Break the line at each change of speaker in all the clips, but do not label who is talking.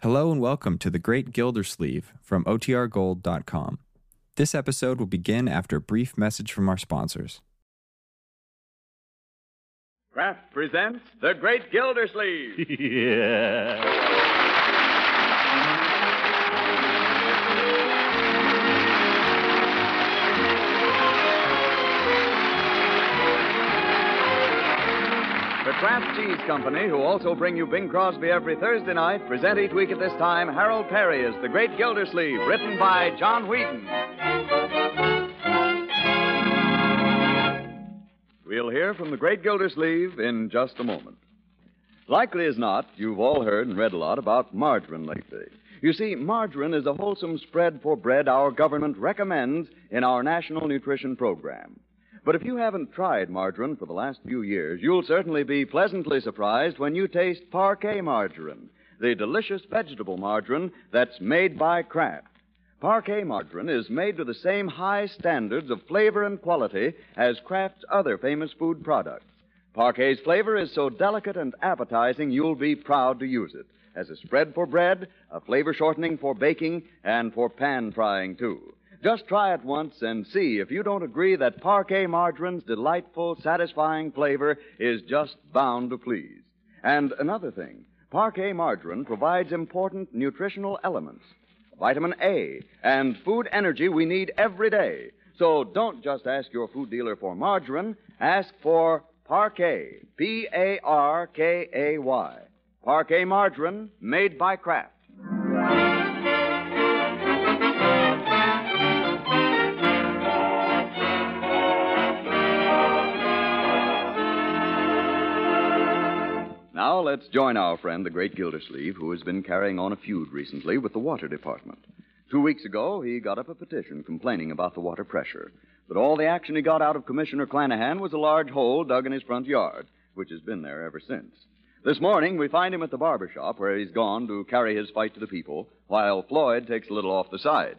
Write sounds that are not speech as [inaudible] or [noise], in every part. Hello and welcome to The Great Gildersleeve from OTRGold.com. This episode will begin after a brief message from our sponsors.
Kraft presents The Great Gildersleeve.
[laughs] yeah.
The Kraft Cheese Company, who also bring you Bing Crosby every Thursday night, present each week at this time Harold Perry as The Great Gildersleeve, written by John Wheaton. We'll hear from The Great Gildersleeve in just a moment. Likely as not, you've all heard and read a lot about margarine lately. You see, margarine is a wholesome spread for bread our government recommends in our National Nutrition Program. But if you haven't tried margarine for the last few years, you'll certainly be pleasantly surprised when you taste parquet margarine, the delicious vegetable margarine that's made by Kraft. Parquet margarine is made to the same high standards of flavor and quality as Kraft's other famous food products. Parquet's flavor is so delicate and appetizing, you'll be proud to use it as a spread for bread, a flavor shortening for baking, and for pan frying, too. Just try it once and see if you don't agree that Parquet Margarine's delightful, satisfying flavor is just bound to please. And another thing, Parquet Margarine provides important nutritional elements vitamin A, and food energy we need every day. So don't just ask your food dealer for margarine, ask for Parquet. P A R K A Y. Parquet margarine made by Kraft. Now let's join our friend, the great Gildersleeve, who has been carrying on a feud recently with the water department. Two weeks ago, he got up a petition complaining about the water pressure. But all the action he got out of Commissioner Clanahan was a large hole dug in his front yard, which has been there ever since. This morning, we find him at the barber shop where he's gone to carry his fight to the people, while Floyd takes a little off the sides.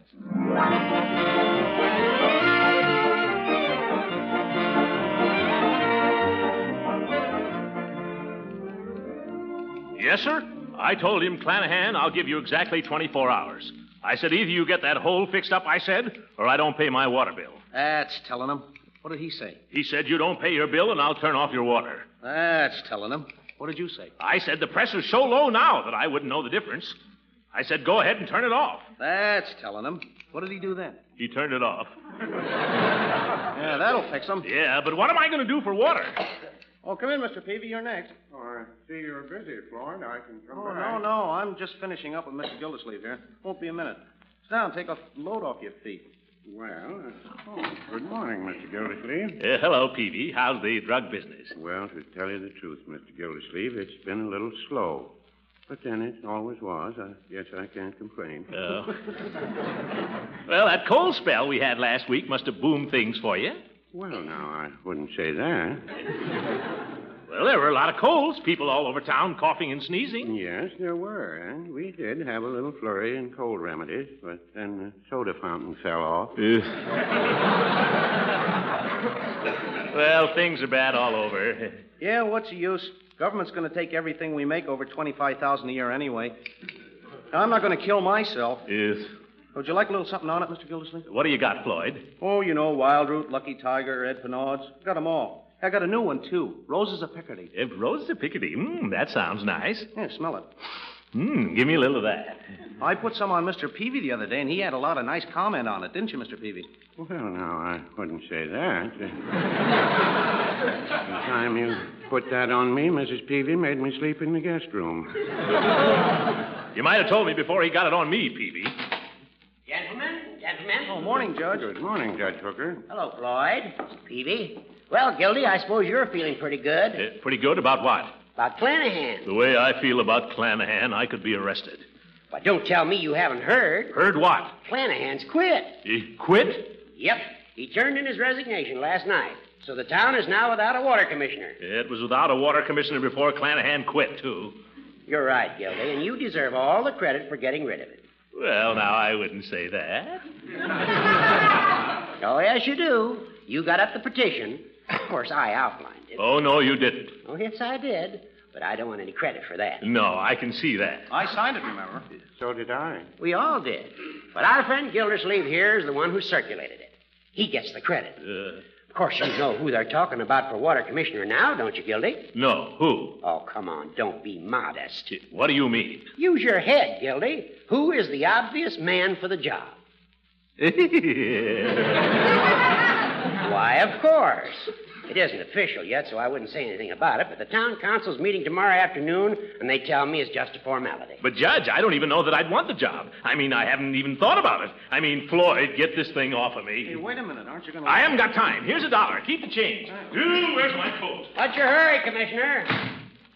Yes, sir? I told him, Clanahan, I'll give you exactly 24 hours. I said, either you get that hole fixed up, I said, or I don't pay my water bill.
That's telling him. What did he say?
He said, you don't pay your bill and I'll turn off your water.
That's telling him. What did you say?
I said, the pressure's so low now that I wouldn't know the difference. I said, go ahead and turn it off.
That's telling him. What did he do then?
He turned it off.
Yeah, that'll fix him.
Yeah, but what am I going to do for water?
[laughs] Oh, come in, Mr. Peavy. You're next.
I see you're busy, Floyd. I can come
Oh,
by.
no, no. I'm just finishing up with Mr. Gildersleeve here. Won't be a minute. Sit down. Take a load off your feet.
Well, uh, oh, good morning, Mr. Gildersleeve.
Yeah, Uh, hello, Peavy. How's the drug business?
Well, to tell you the truth, Mr. Gildersleeve, it's been a little slow. But then it always was. I guess I can't complain.
Oh. well, that cold spell we had last week must have boomed things for you.
Well, now, I wouldn't say that.
Well, there were a lot of colds. People all over town coughing and sneezing.
Yes, there were, and we did have a little flurry in cold remedies, but then the soda fountain fell off.
Uh, Well, things are bad all over. [laughs]
Yeah, what's the use? Government's going to take everything we make over 25000 a year anyway. Now, I'm not going to kill myself.
Yes.
Would you like a little something on it, Mr. Gildersleeve?
What do you got, Floyd?
Oh, you know, Wild Root, Lucky Tiger, Ed Penod's. Got 'em all. I got a new one, too. Roses of Picardy.
If roses of Picardy. Mmm, that sounds nice.
Yeah, smell it.
Mmm, give me a little of that.
I put some on Mr. Peavy the other day, and he had a lot of nice comment on it, didn't you, Mr. Peavy?
Well, now, I wouldn't
[laughs]
say that. the time you put that on me, Mrs. Peavy made me sleep in the guest room.
You might have told me before he got it on me, Peavy.
Gentlemen, gentlemen.
Oh, morning, Judge.
Good morning, Judge Hooker.
Hello, Floyd. Mr. Peavy. Well, Gildy, I suppose you're feeling pretty good.
Eh, pretty good about what?
About Clanahan.
The way I feel about Clanahan, I could be arrested.
But don't tell me you haven't heard.
Heard what?
Clanahan's quit.
He quit?
Yep. He turned in his resignation last night. So the town is now without a water commissioner.
It was without a water commissioner before Clanahan quit, too.
You're right, Gildy, and you deserve all the credit for getting rid of it.
Well, now, I wouldn't say that.
Oh, yes, you do. You got up the petition. Of course, I outlined it.
Oh, no, you didn't.
Oh, yes, I did. But I don't want any credit for that.
No, I can see that.
I signed it, remember?
So did I.
We all did. But our friend Gildersleeve here is the one who circulated it. He gets the credit.
Uh,
Of course, you know who they're talking about for water commissioner now, don't you, Gildy?
No, who?
Oh, come on, don't be modest.
What do you mean?
Use your head, Gildy. Who is the obvious man for the job? Why, of course. It isn't official yet, so I wouldn't say anything about it, but the town council's meeting tomorrow afternoon, and they tell me it's just a formality.
But, Judge, I don't even know that I'd want the job. I mean, I haven't even thought about it. I mean, Floyd, get this thing off of me.
Hey, wait a minute. Aren't you going to.
I haven't got time. Here's a dollar. Keep the change. Ooh, where's my coat?
What's your hurry, Commissioner?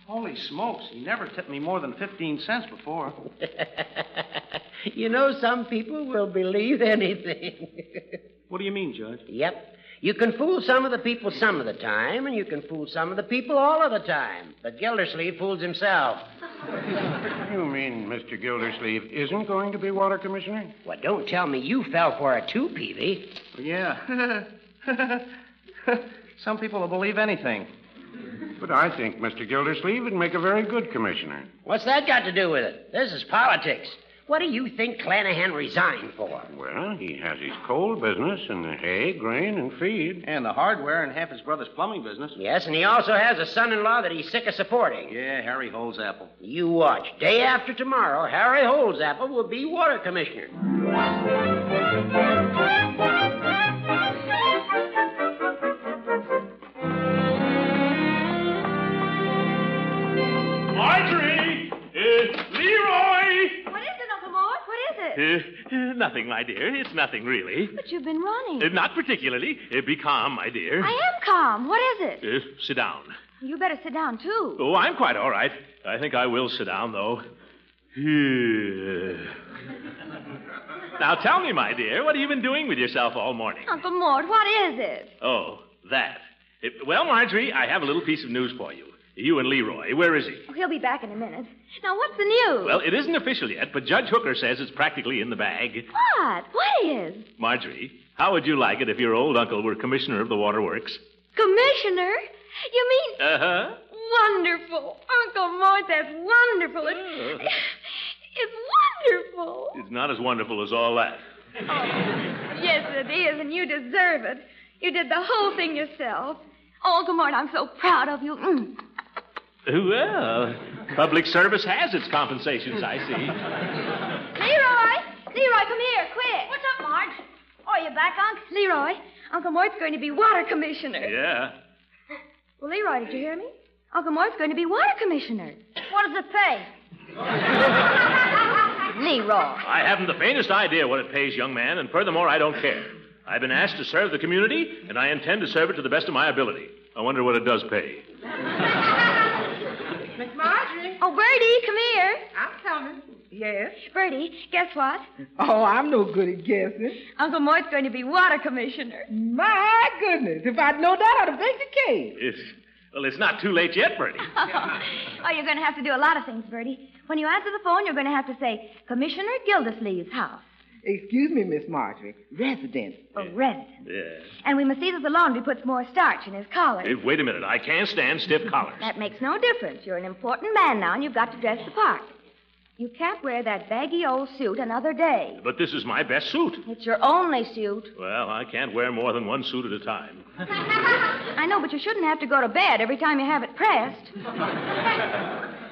Holy smokes. He never tipped me more than 15 cents
[laughs]
before.
you know, some people will believe anything. [laughs]
What do you mean, Judge?
yep. You can fool some of the people some of the time, and you can fool some of the people all of the time. But Gildersleeve fools himself.
[laughs] You mean Mr. Gildersleeve isn't going to be water commissioner?
Well, don't tell me you fell for it too, Peavy.
Yeah. [laughs] some people will believe anything.
But I think Mr. Gildersleeve would make a very good commissioner.
What's that got to do with it? This is politics. What do you think Clanahan resigned for?
Well, he has his coal business and the hay, grain, and feed.
And the hardware and half his brother's plumbing business.
Yes, and he also has a son in law that he's sick of supporting.
Yeah, Harry Holzapple.
You watch. Day after tomorrow, Harry Holzapple will be water commissioner.
Marjorie! Uh, Leroy!
What is it, Uncle Mort? What is it?
Uh, uh, nothing, my dear. It's nothing, really.
But you've been running.
Uh, not particularly. Uh, be calm, my dear.
I am calm. What is it?
Uh, sit down.
You better sit down, too.
Oh, I'm quite all right. I think I will sit down, though. Uh. now tell me, my dear, what have you been doing with yourself all morning?
Uncle Mort, what is it?
Oh, that. It- well, Marjorie, I have a little piece of news for you. You and Leroy, where is he?
Oh, he'll be back in a minute. Now, what's the news?
Well, it isn't official yet, but Judge Hooker says it's practically in the bag.
what? What is?
Marjorie, how would you like it if your old uncle were commissioner of the waterworks?
Commissioner? You mean
Uh huh.
wonderful. Uncle Mort, that's wonderful. It's,
Uh.
it's wonderful.
It's not as wonderful as all that.
Yes, it is, and you deserve it. You did the whole thing yourself. Oh, Uncle Mort, I'm so proud of you. Mm.
Well, public service has its compensations, I see.
Leroy! Leroy, come here, quick! What's up, Marge? Oh, you back, Unc? Leroy, Uncle Mort's going to be water commissioner.
Yeah.
Well, Leroy, did you hear me? Uncle Mort's going to be water commissioner. What does it pay? [laughs] Leroy.
I haven't the faintest idea what it pays, young man, and furthermore, I don't care. I've been asked to serve the community, and I intend to serve it to the best of my ability. I wonder what it does pay.
Miss Marjorie,
Oh, Bertie, come here.
I'm coming. Yes?
Bertie, guess what?
Oh, I'm no good at guessing.
Uncle Mort's going to be water commissioner.
My goodness, if I'd known that, I'd have baked a cake.
It's, well, it's not too late yet, Bertie.
oh, you're going to have to do a lot of things, Bertie. When you answer the phone, you're going to have to say, Commissioner Gildersleeve's house.
Excuse me, Miss Marjorie. Resident.
Or residence.
Yeah.
And we must see that the laundry puts more starch in his collar.
Hey, wait a minute. I can't stand stiff collars.
That makes no difference. You're an important man now, and you've got to dress the part. You can't wear that baggy old suit another day.
But this is my best suit.
It's your only suit.
Well, I can't wear more than one suit at a time.
I know, but you shouldn't have to go to bed every time you have
[laughs]
it pressed.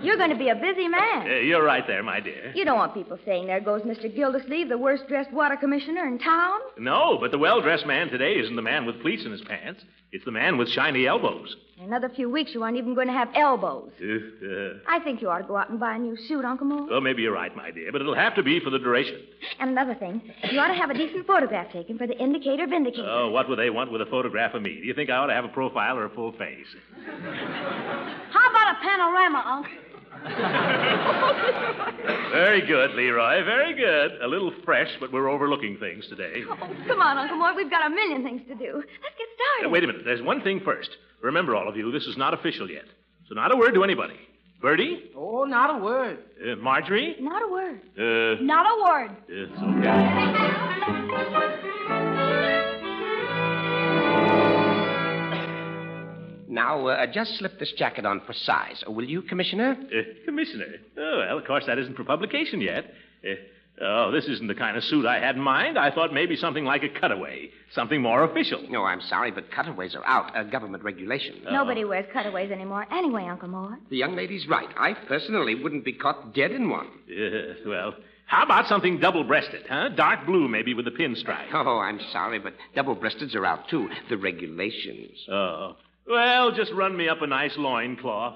You're going to be a busy
Uh,
man.
you're right there, my dear.
You don't want people saying, there goes Mr. Gildersleeve, the worst dressed water commissioner in town.
No, but the well dressed man today isn't the man with pleats in his pants. It's the man with shiny elbows.
In another few weeks, you aren't even going to have elbows.
[laughs] Uh, uh,
I think you ought to go out and buy a new suit, Uncle Mort.
well, maybe you're right, my dear, but it'll have to be for the duration.
And another thing, you ought to have a decent photograph taken for the Indicator Vindicator.
Oh, what would they want with a photograph of me? Do you think I ought to have a profile or a full face?
How about a panorama, Uncle? [laughs]
Very good, Leroy. Very good. A little fresh, but we're overlooking things today.
Oh, come on, Uncle Mort. We've got a million things to do. Let's get started.
Uh, wait a minute. There's one thing first. Remember, all of you, this is not official yet. So not a word to anybody. Bertie?
Oh, not a word.
Uh, Marjorie?
Not a word.
Uh,
Not a word.
it's okay.
Now, uh, I just slipped this jacket on for size. Uh, Will you, Commissioner?
Uh, Commissioner. Oh, well, of course, that isn't for publication yet. Uh, oh, this isn't the kind of suit I had in mind. I thought maybe something like a cutaway, something more official.
No, I'm sorry, but cutaways are out. A government regulation.
Uh-huh.
Nobody wears cutaways anymore anyway, Uncle Mort.
The young lady's right. I personally wouldn't be caught dead in one.
Uh, well, how about something double breasted, huh? Dark blue, maybe, with a pinstripe.
Oh, I'm sorry, but double breasteds are out, too. The regulations.
Oh. Well, just run me up a nice loincloth.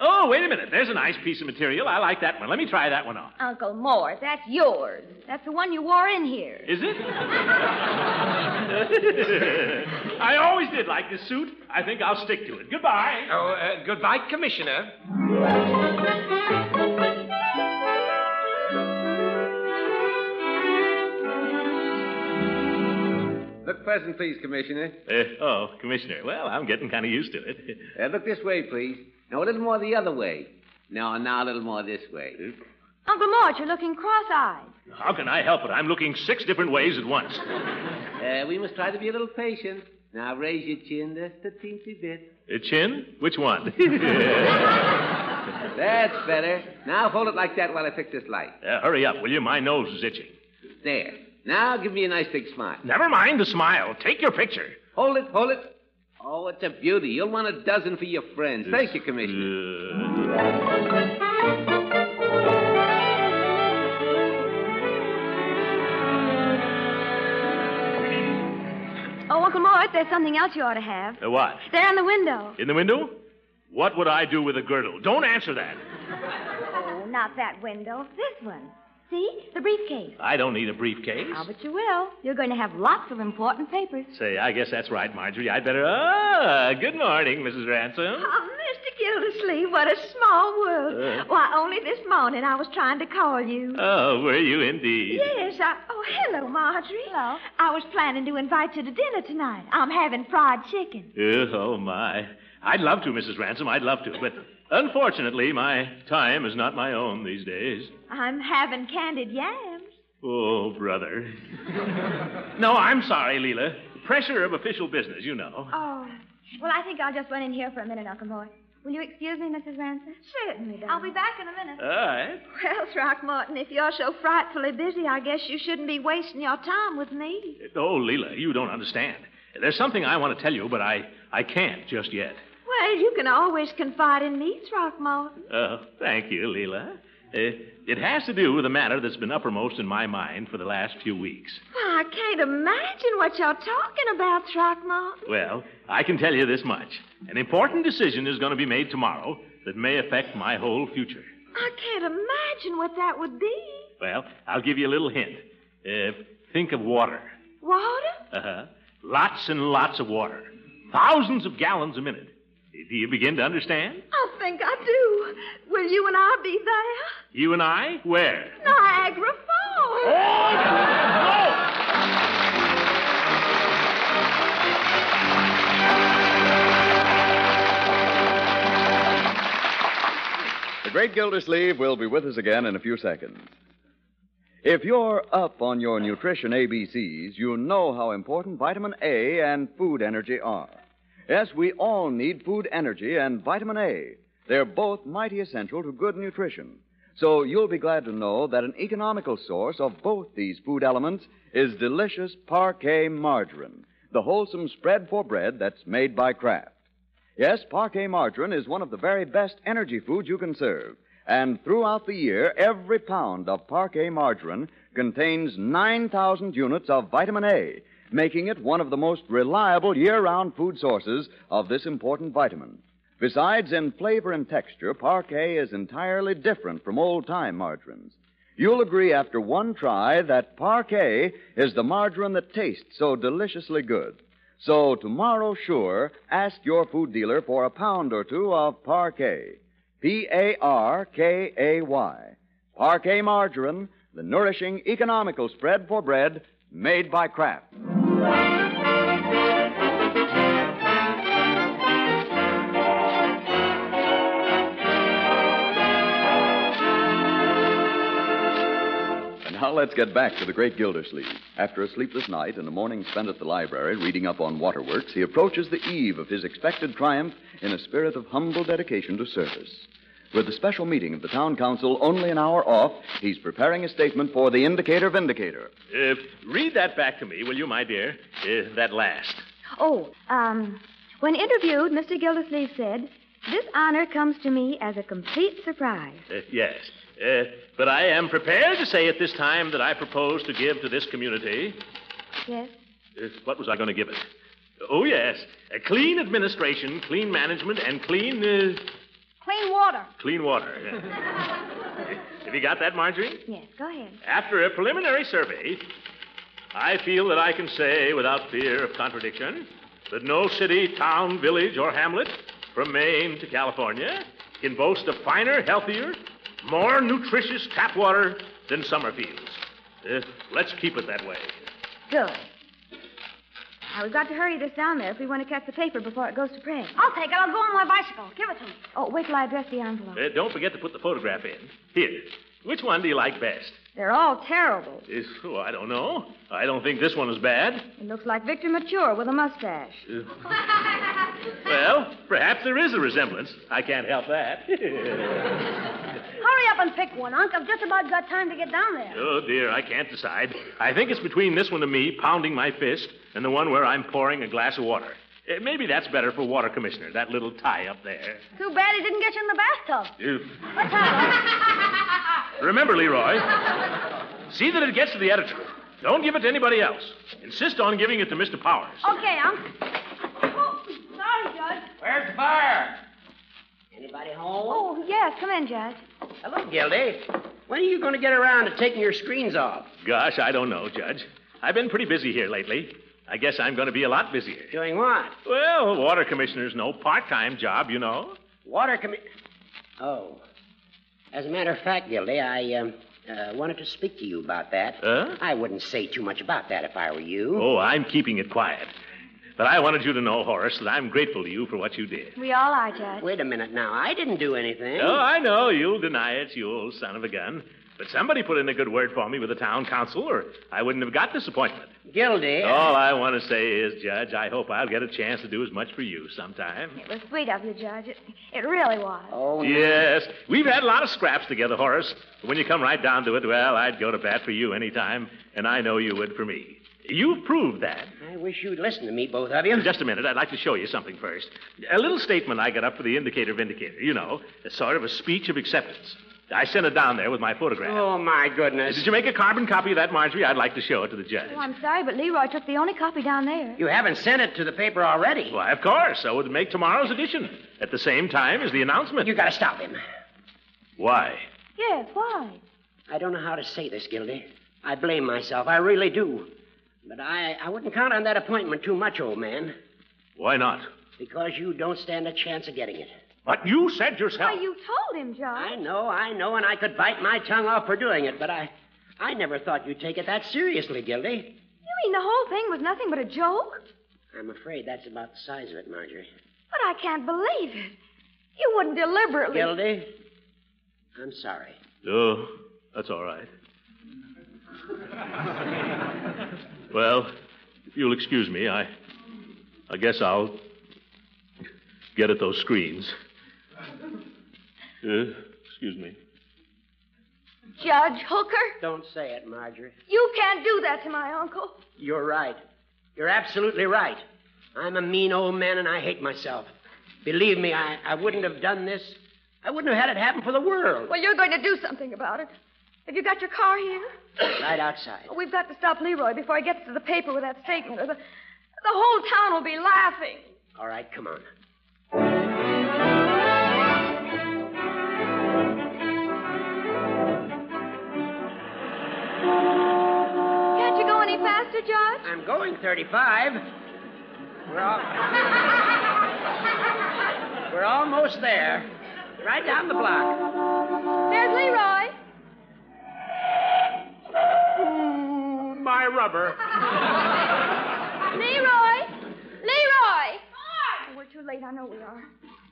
oh, wait a minute. There's a nice piece of material. I like that one. Let me try that one on.
Uncle Mort, that's yours. That's the one you wore
[laughs]
in here.
Is it? [laughs] I always did like this suit. I think I'll stick to it. Goodbye.
Oh, uh, goodbye, Commissioner.
Look present, please, Commissioner.
Uh, oh, Commissioner. Well, I'm getting kind of used to it. [laughs]
Uh, look this way, please. No, a little more the other way. No, now a little more this way.
Uncle Mort, you're looking cross-eyed.
How can I help it? I'm looking six different ways at once.
Uh, we must try to be a little patient. Now raise your chin just a teensy
[laughs]
bit.
Uh, chin? Which
[laughs]
one? Uh,
That's better. Now hold it like that while I fix this light.
Uh, hurry up, will you? My nose is itching.
There. Now give me a nice big smile.
Never mind the smile. Take your picture.
Hold it, hold it. Oh, it's a beauty. You'll want a dozen for your friends. Thank you, Commissioner.
Uh,
Oh, Uncle Mort, there's something else you ought to have.
uh, what?
There in
[laughs]
the window.
In the window? What would I do with a girdle? Don't answer that.
Oh, not that window. This one. See? The briefcase.
I don't need a briefcase.
I'll bet you will. You're going to have lots of important papers.
Say, I guess that's right, Marjorie. I'd better. Ah, good morning, Mrs. Ransom.
Oh, Mr. Gildersleeve, what a small world. Why, only this morning I was trying to call you.
Oh, were you indeed?
Yes, I. Oh, hello, Marjorie. Hello. I was planning to invite you to dinner tonight. I'm having fried chicken.
Uh, oh, my. I'd love to, Mrs. Ransom. I'd love to. But unfortunately, my time is not my own these days.
I'm having candied yams.
Oh, brother. no, I'm sorry, Leela. Pressure of official business, you know.
Oh. Well, I think I'll just run in here for a minute, Uncle Mort. Will you excuse me, Mrs. Ransom? Certainly, darling. I'll be back in a minute.
All right.
Well, Throckmorton, if you're so frightfully busy, I guess you shouldn't be wasting your time with me.
Oh, Leela, you don't understand. There's something I want to tell you, but I, I can't just yet.
Well, you can always confide in me, Throckmorton.
Oh, thank you, Leela. Uh, it has to do with a matter that's been uppermost in my mind for the last few weeks.
Why, I can't imagine what you're talking about, Throckmorton.
Well, I can tell you this much. An important decision is going to be made tomorrow that may affect my whole future.
I can't imagine what that would be.
Well, I'll give you a little hint. Uh, think of water.
Water?
Uh-huh. Lots and lots of water. Thousands of gallons a minute. Do you begin to understand?
I think I do. Will you and I be there?
You and I? Where?
Niagara Falls.
Oh,
The great Gildersleeve will be with us again in a few seconds. If you're up on your nutrition ABCs, you know how important vitamin A and food energy are. Yes, we all need food energy and vitamin A. They're both mighty essential to good nutrition. So you'll be glad to know that an economical source of both these food elements is delicious parquet margarine, the wholesome spread for bread that's made by Kraft. Yes, parquet margarine is one of the very best energy foods you can serve. And throughout the year, every pound of parquet margarine contains 9,000 units of vitamin A, making it one of the most reliable year round food sources of this important vitamin. Besides, in flavor and texture, parquet is entirely different from old time margarines. You'll agree after one try that parquet is the margarine that tastes so deliciously good. So tomorrow, sure, ask your food dealer for a pound or two of parquet. P A R K A Y. Parquet margarine, the nourishing, economical spread for bread made by Kraft. And now Now let's get back to the great Gildersleeve. After a sleepless night and a morning spent at the library reading up on waterworks, he approaches the eve of his expected triumph in a spirit of humble dedication to service. With the special meeting of the town council only an hour off, he's preparing a statement for the Indicator Vindicator.
Uh, read that back to me, will you, my dear? Uh, that last.
Oh, um, when interviewed, Mr. Gildersleeve said, This honor comes to me as a complete surprise.
Uh, yes. Uh, but I am prepared to say at this time that I propose to give to this community.
Yes?
Uh, what was I going to give it? Oh, yes. A clean administration, clean management, and clean. Uh,
Clean water.
clean water. [laughs] Have you got that, Marjorie?
Yes, go ahead.
After a preliminary survey, I feel that I can say without fear of contradiction that no city, town, village, or hamlet from Maine to California can boast a finer, healthier, more nutritious tap water than Summerfield's. Uh, let's keep it that way.
Good. Now, we've got to hurry this down there if we want to catch the paper before it goes to press. I'll take it. I'll go on my bicycle. Give
[laughs]
it to me. Oh, wait till I address the envelope.
Uh, don't forget to put the photograph in. Here. Which one do you like best?
They're all terrible.
Uh, oh, I don't know. I don't think this one is bad.
It looks like Victor Mature with a mustache.
[laughs] Uh, Well, perhaps there is a resemblance. I can't help that. [laughs]
Hurry up and pick one, Unc. I've just about got time to get down there.
oh, dear, I can't decide. I think it's between this one to me, pounding my fist, and the one where I'm pouring a glass of water. Eh, maybe that's better for Water Commissioner, that little tie up there.
Too bad he didn't get you in the bathtub.
Oof.
What's that?
Remember, Leroy, see that it gets to the editor. Don't give it to anybody else. Insist on giving it to Mr. Powers.
okay, Unc. Oh, sorry, Judge.
Where's the fire? Anybody home?
Oh, yes. Come in, Judge.
Hello, Gildy. When are you going to get around to taking your screens off?
Gosh, I don't know, Judge. I've been pretty busy here lately. I guess I'm going to be a lot busier.
Doing what?
Well, Water Commissioner's no part time job, you know.
Water commi... Oh. As a matter of fact, Gildy, I um, uh, wanted to speak to you about that.
Huh?
I wouldn't say too much about that if I were you.
Oh, I'm keeping it quiet. But I wanted you to know, Horace, that I'm grateful to you for what you did.
We all are, Judge.
Wait a minute now. I didn't do anything.
Oh, I know. You'll deny it, you old son of a gun. But somebody put in a good word for me with the town council, or I wouldn't have got this appointment.
Gildy.
All I want to say is, Judge, I hope I'll get a chance to do as much for you sometime.
It was sweet of you, Judge. It, it really was.
Oh, no.
Yes, we've had a lot of scraps together, Horace. But when you come right down to it, well, I'd go to bat for you any time, and I know you would for me. You've proved that.
I wish you'd listen to me, both of you.
Just a minute. I'd like to show you something first. A little statement I got up for the Indicator Vindicator, you know, a sort of a speech of acceptance. I sent it down there with my photograph.
Oh, my goodness.
Did you make a carbon copy of that, Marjorie? I'd like to show it to the judge.
Oh, I'm sorry, but Leroy took the only copy down there.
You haven't sent it to the paper already.
Why, of course. I would make tomorrow's edition at the same time as the announcement.
You gotta stop him.
Why?
Yes, why?
I don't know how to say this, Gildy. I blame myself. I really do. But I, I wouldn't count on that appointment too much, old man,
Why not?
because you don't stand a chance of getting it.
But you said yourself.
Why, you told him,
I
Judge.
know, I know, and I could bite my tongue off for doing it, but I, I never thought you'd take it that seriously, Gildy.
You mean the whole thing was nothing but a joke?
I'm afraid that's about the size of it, Marjorie.
But I can't believe it. You wouldn't deliberately.
Gildy, I'm sorry.
Oh, that's all right. well, if you'll excuse me, I, I guess I'll get at those screens. Uh, excuse me.
Judge Hooker,
Don't say it, Marjorie.
you can't do that to my uncle.
You're right. You're absolutely right. I'm a mean old man, and I hate myself. Believe me, I, I wouldn't have done this. I wouldn't have had it happen for the world.
Well, you're going to do something about it. Have you got your car here?
Right outside.
We've got to stop Leroy before he gets to the paper with that statement, or the, the whole town will be laughing.
All right, come on.
Can't you go any faster, Judge?
I'm going 35. We're, al- We're almost there. Right down the block.
There's Leroy.
Ooh, my rubber.
Leroy! Leroy! Oh, we're too late. I know we are.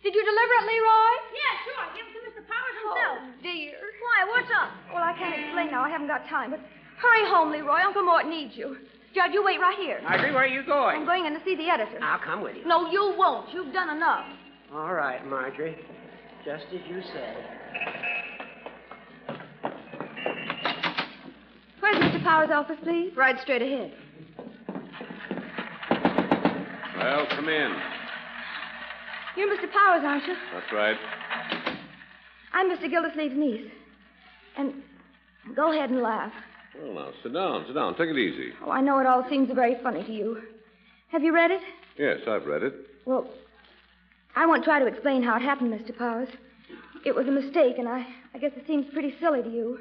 Did you deliver it, Leroy?
Yeah, sure. Give it to Mr. Powers
Oh,
himself.
dear.
Why, what's up?
Well, I can't explain now. I haven't got time, but
Hurry home, Leroy. Uncle Mort needs you. Judge, you wait right here.
Marjorie, where are you going?
I'm going in to see the editor.
I'll come with you.
No, you won't. You've done enough.
All right, Marjorie. Just as you said.
Where's Mr. Powers' office, please? Right straight ahead.
Well, come in.
You're Mr. Powers, aren't you?
That's right.
I'm Mr. Gildersleeve's niece. And go ahead and laugh.
Well, now, sit down, sit down. Take it easy.
Oh, I know it all seems very funny to you. Have you read it?
Yes, I've read it.
Well, I won't try to explain how it happened, Mr. Powers. It was a mistake, and I, I guess it seems pretty silly to you.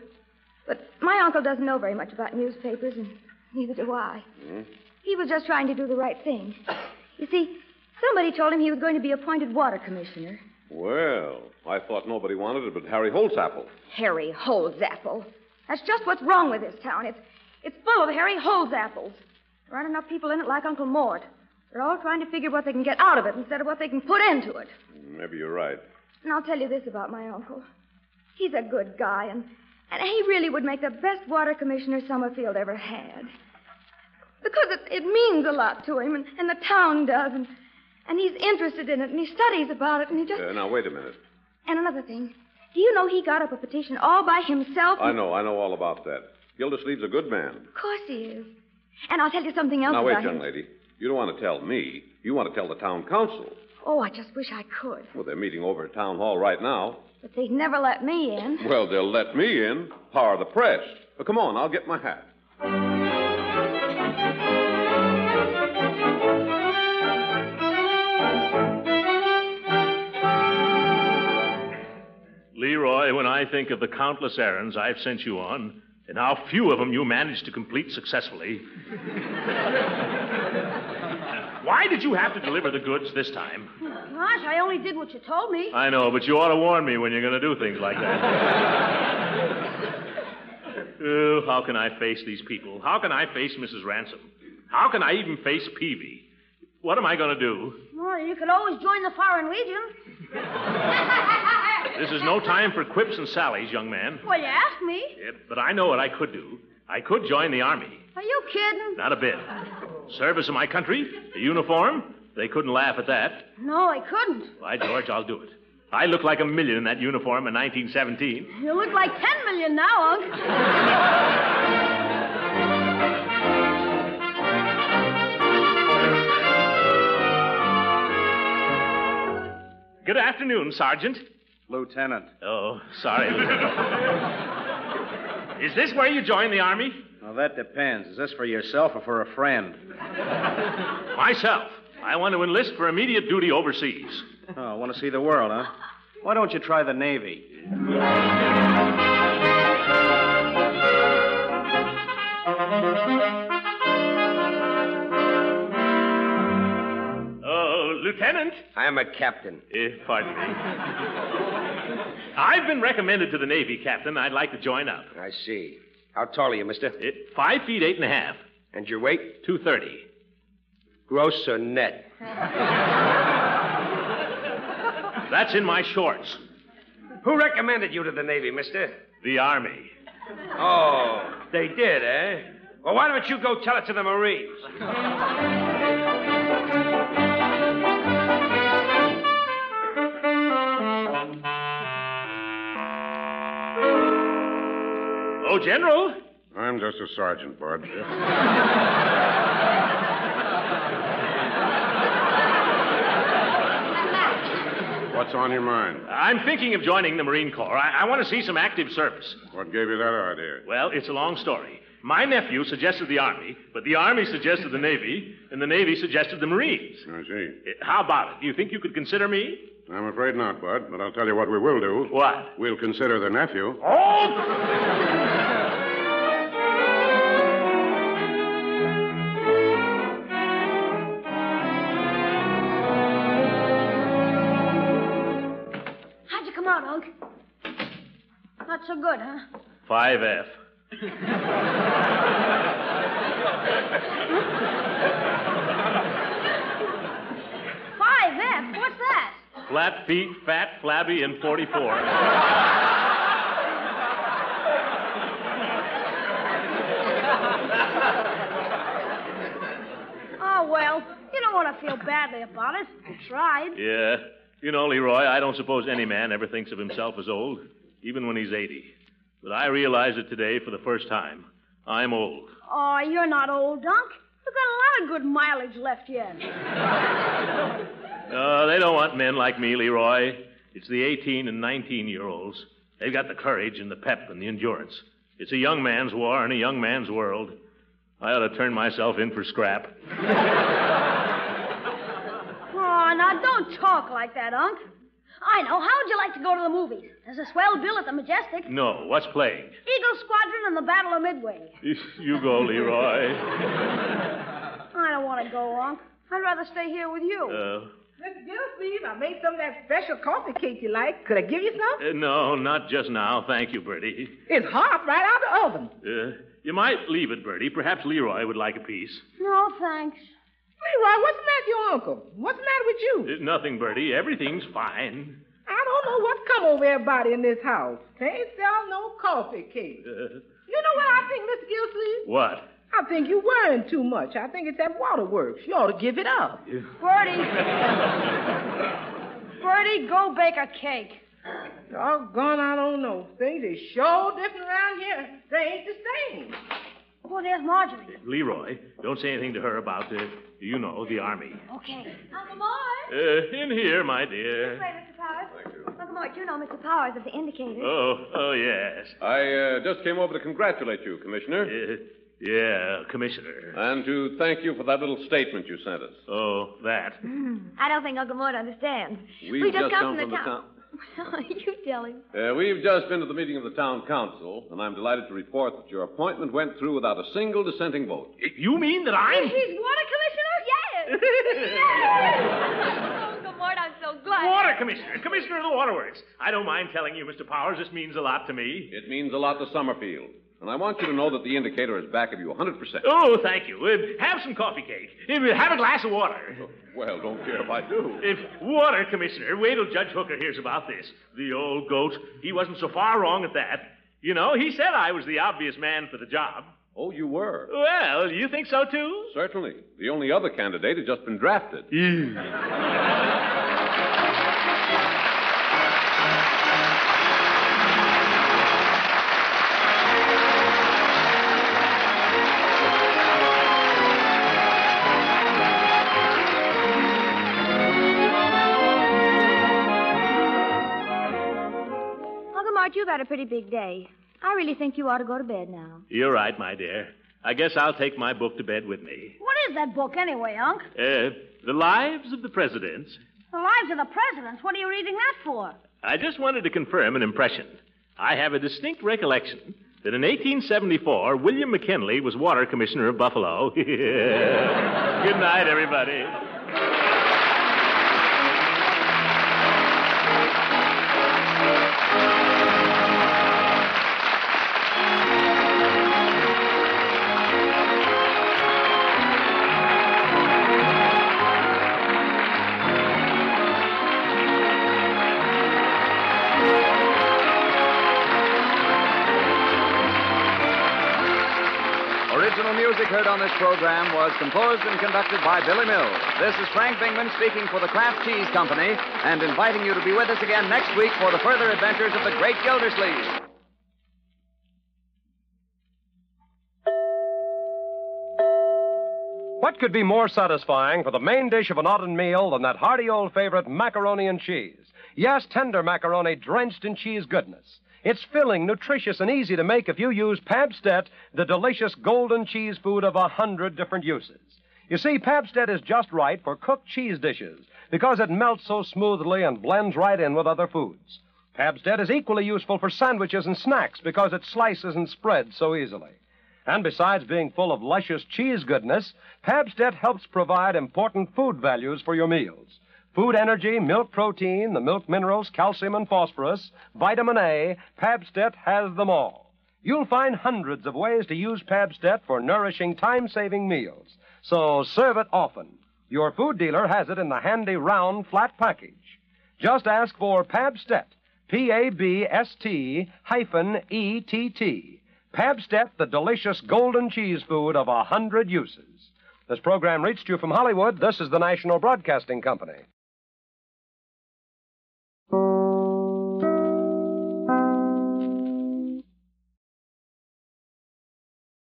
But my uncle doesn't know very much about newspapers, and neither do I.
Hmm?
He was just trying to do the right thing. You see, somebody told him he was going to be appointed water commissioner.
Well, I thought nobody wanted it but Harry Holzapple.
Harry Holzapple. That's just what's wrong with this town. It's, it's full of Harry Holzapples. There aren't enough people in it like Uncle Mort. They're all trying to figure what they can get out of it instead of what they can put into it.
Maybe you're right.
And I'll tell you this about my uncle. He's a good guy, and, and he really would make the best water commissioner Summerfield ever had. Because it, it means a lot to him, and, and the town does, and, and he's interested in it, and he studies about it, and he just.
Uh, now, wait a minute.
And another thing. Do you know he got up a petition all by himself?
I know, I know all about that. Gildersleeve's a good man.
Of course he is. And I'll tell you something else
now, wait,
about
young
him.
lady. You don't want to tell me. You want to tell the town council.
Oh, I just wish I could.
Well, they're meeting over at town hall right now.
But they'd never let me in.
Well, they'll let me in. Power the press. Well, come on, I'll get my hat.
Leroy, when I think of the countless errands I've sent you on, and how few of them you managed to complete successfully,
Oh,
[laughs]
why did you have to deliver the goods this time?
Gosh, I only did what you told me.
I know, but you ought to warn me when you're going to do things like
[laughs]
that. oh, how can I face these people? How can I face Mrs. Ransom? How can I even face Peavy? What am I going to do?
Well, Oh, you could always join the Foreign Legion.
[laughs] This is no time for quips and sallies, young man.
Well, you asked me.
Yeah, but I know what I could do. I could join the army.
Are you kidding?
Not a bit. Service of my country, the uniform, they couldn't laugh at that.
No, I couldn't.
By George, I'll do it. I look like a million in that uniform in 1917.
You look like ten million now,
[laughs]
Unc.
Good afternoon, Sergeant.
Lieutenant.
Oh, sorry. Is this where you join the Army?
Well, that depends. Is this for yourself or for a friend?
Myself. I want to enlist for immediate duty overseas.
Oh, want to see the world, huh? Why don't you try the Navy?
Uh, Oh, Lieutenant. Eh,
I'm a captain.
pardon me. I've been recommended to the Navy, Captain. I'd like to join up. Eh,
I see. How tall are you, mister?
five feet, eight and a half.
And your weight?
230.
Gross or net?
That's in my shorts.
Who recommended you to the Navy, mister?
The Army.
Oh, they did, eh? Well, why don't you go tell it to the Marines?
Oh, General.
I'm just a sergeant, Bud. What's on your mind?
I'm thinking of joining the Marine Corps. I, I want to see some active service.
What gave you that idea?
Well, it's a long story. My nephew suggested the Army, but the Army suggested the Navy, and the Navy suggested the Marines.
I see.
Eh, How about it? Do you think you could consider me?
I'm afraid not, Bud, but I'll tell you what we will do.
What?
We'll consider the nephew.
How'd you come out, Unc? Not so good, huh?
5F.
Five F. What's that?
Flat feet, fat, flabby, and [laughs] 44.
[laughs] Oh, to feel badly about it. You tried.
Yeah. You know, Leroy, I don't suppose any man ever thinks of himself as old, even when he's 80. But I realize it today for the first time. I'm old.
Oh, you're not old, Dunk. You've got a lot of good mileage left
[laughs]
yet.
Uh, they don't want men like me, Leroy. It's the 18 and 19 year olds. They've got the courage and the pep and the endurance. It's a young man's war and a young man's world. I ought to turn myself in for scrap.
oh, now don't talk like that, Unc. I know. How would you like to go to the movies? There's a swell bill at the Majestic.
No, what's playing? [laughs]
Eagle Squadron and the Battle of Midway.
You go, Leroy.
I don't want to go, Unc. I'd rather stay here with you.
Uh,
Mr. Gillespie, I made some of that special coffee cake you like. Could I give you some?
Uh, no, not just now. Thank you, Bertie.
It's hot right out of the oven.
Uh, you might leave it, Bertie. Perhaps Leroy would like a piece.
No, thanks.
Leroy, what's the matter with your uncle? What's the matter with you?
Uh, nothing, Bertie. Everything's fine.
I don't know what's come over everybody in this house. Can't sell no coffee cake. You
Uh,
know what I think, Mr. Gillespie?
what?
I think you're worrying too much. I think it's that waterworks. You ought to give it up.
Bertie. Bertie, go bake a cake.
Doggone, I don't know. Things are sure different around here. They ain't the same.
Oh, there's Marjorie.
Leroy, don't say anything to her about the, you know, the army.
Okay. Uncle Mort.
Uh, in here, my dear.
Wait, Mr. Powers. Uncle Mort, you know Mr. Powers of the Indicators.
Oh, oh yes. Uh,
I uh, just came over to congratulate you, Commissioner.
yeah, Commissioner.
And to thank you for that little statement you sent us.
Oh, that.
Hmm. I don't think Uncle Mort understands. [laughs]
We've
we just
just
come
come
from the
from
town. you
[laughs]
tell him.
Uh, we've just been to the meeting of the town council, and I'm delighted to report that your appointment went through without a single dissenting vote.
You mean that
He's water commissioner? [laughs] Yes. yes. Uncle Mort, I'm so glad.
Water Commissioner, Commissioner of the Waterworks. I don't mind telling you, Mr. Powers, this means a lot to me.
It means a lot to Summerfield, and I want you to know that the indicator is back of you 100%.
Oh, thank you. Uh, have some coffee cake. Uh, have a glass of water.
Well, don't care if I do.
If water, Commissioner, wait till Judge Hooker hears about this. The old goat. He wasn't so far wrong at that. You know, he said I was the obvious man for the job.
Oh, you were?
Well, you think so too?
Certainly. The only other candidate has just been drafted.
Uncle Mort, you've had a pretty big day. I really think you ought to go to bed now.
You're right, my dear. I guess I'll take my book to bed with me.
What is that book anyway, Unc?
Uh, the Lives of the Presidents.
The Lives of the Presidents. What are you reading that for?
I just wanted to confirm an impression. I have a distinct recollection that in 1874, William McKinley was water commissioner of Buffalo. [laughs] Good night, everybody.
Original music heard on this program was composed and conducted by Billy Mills. This is Frank Bingman speaking for the Kraft Cheese Company and inviting you to be with us again next week for the further adventures of the Great Gildersleeve.
What could be more satisfying for the main dish of an autumn meal than that hearty old favorite, macaroni and cheese? Yes, tender macaroni drenched in cheese goodness. It's filling, nutritious, and easy to make if you use Pabstet, the delicious golden cheese food of a hundred different uses. You see, Pabstet is just right for cooked cheese dishes because it melts so smoothly and blends right in with other foods. Pabstet is equally useful for sandwiches and snacks because it slices and spreads so easily. And besides being full of luscious cheese goodness, Pabstet helps provide important food values for your meals. Food energy, milk protein, the milk minerals, calcium and phosphorus, vitamin A, Pabstet has them all. You'll find hundreds of ways to use Pabstet for nourishing, time saving meals. So serve it often. Your food dealer has it in the handy round flat package. Just ask for Pabstet, P A B S T hyphen E T T. Pabstet, the delicious golden cheese food of a hundred uses. This program reached you from Hollywood. This is the National Broadcasting Company.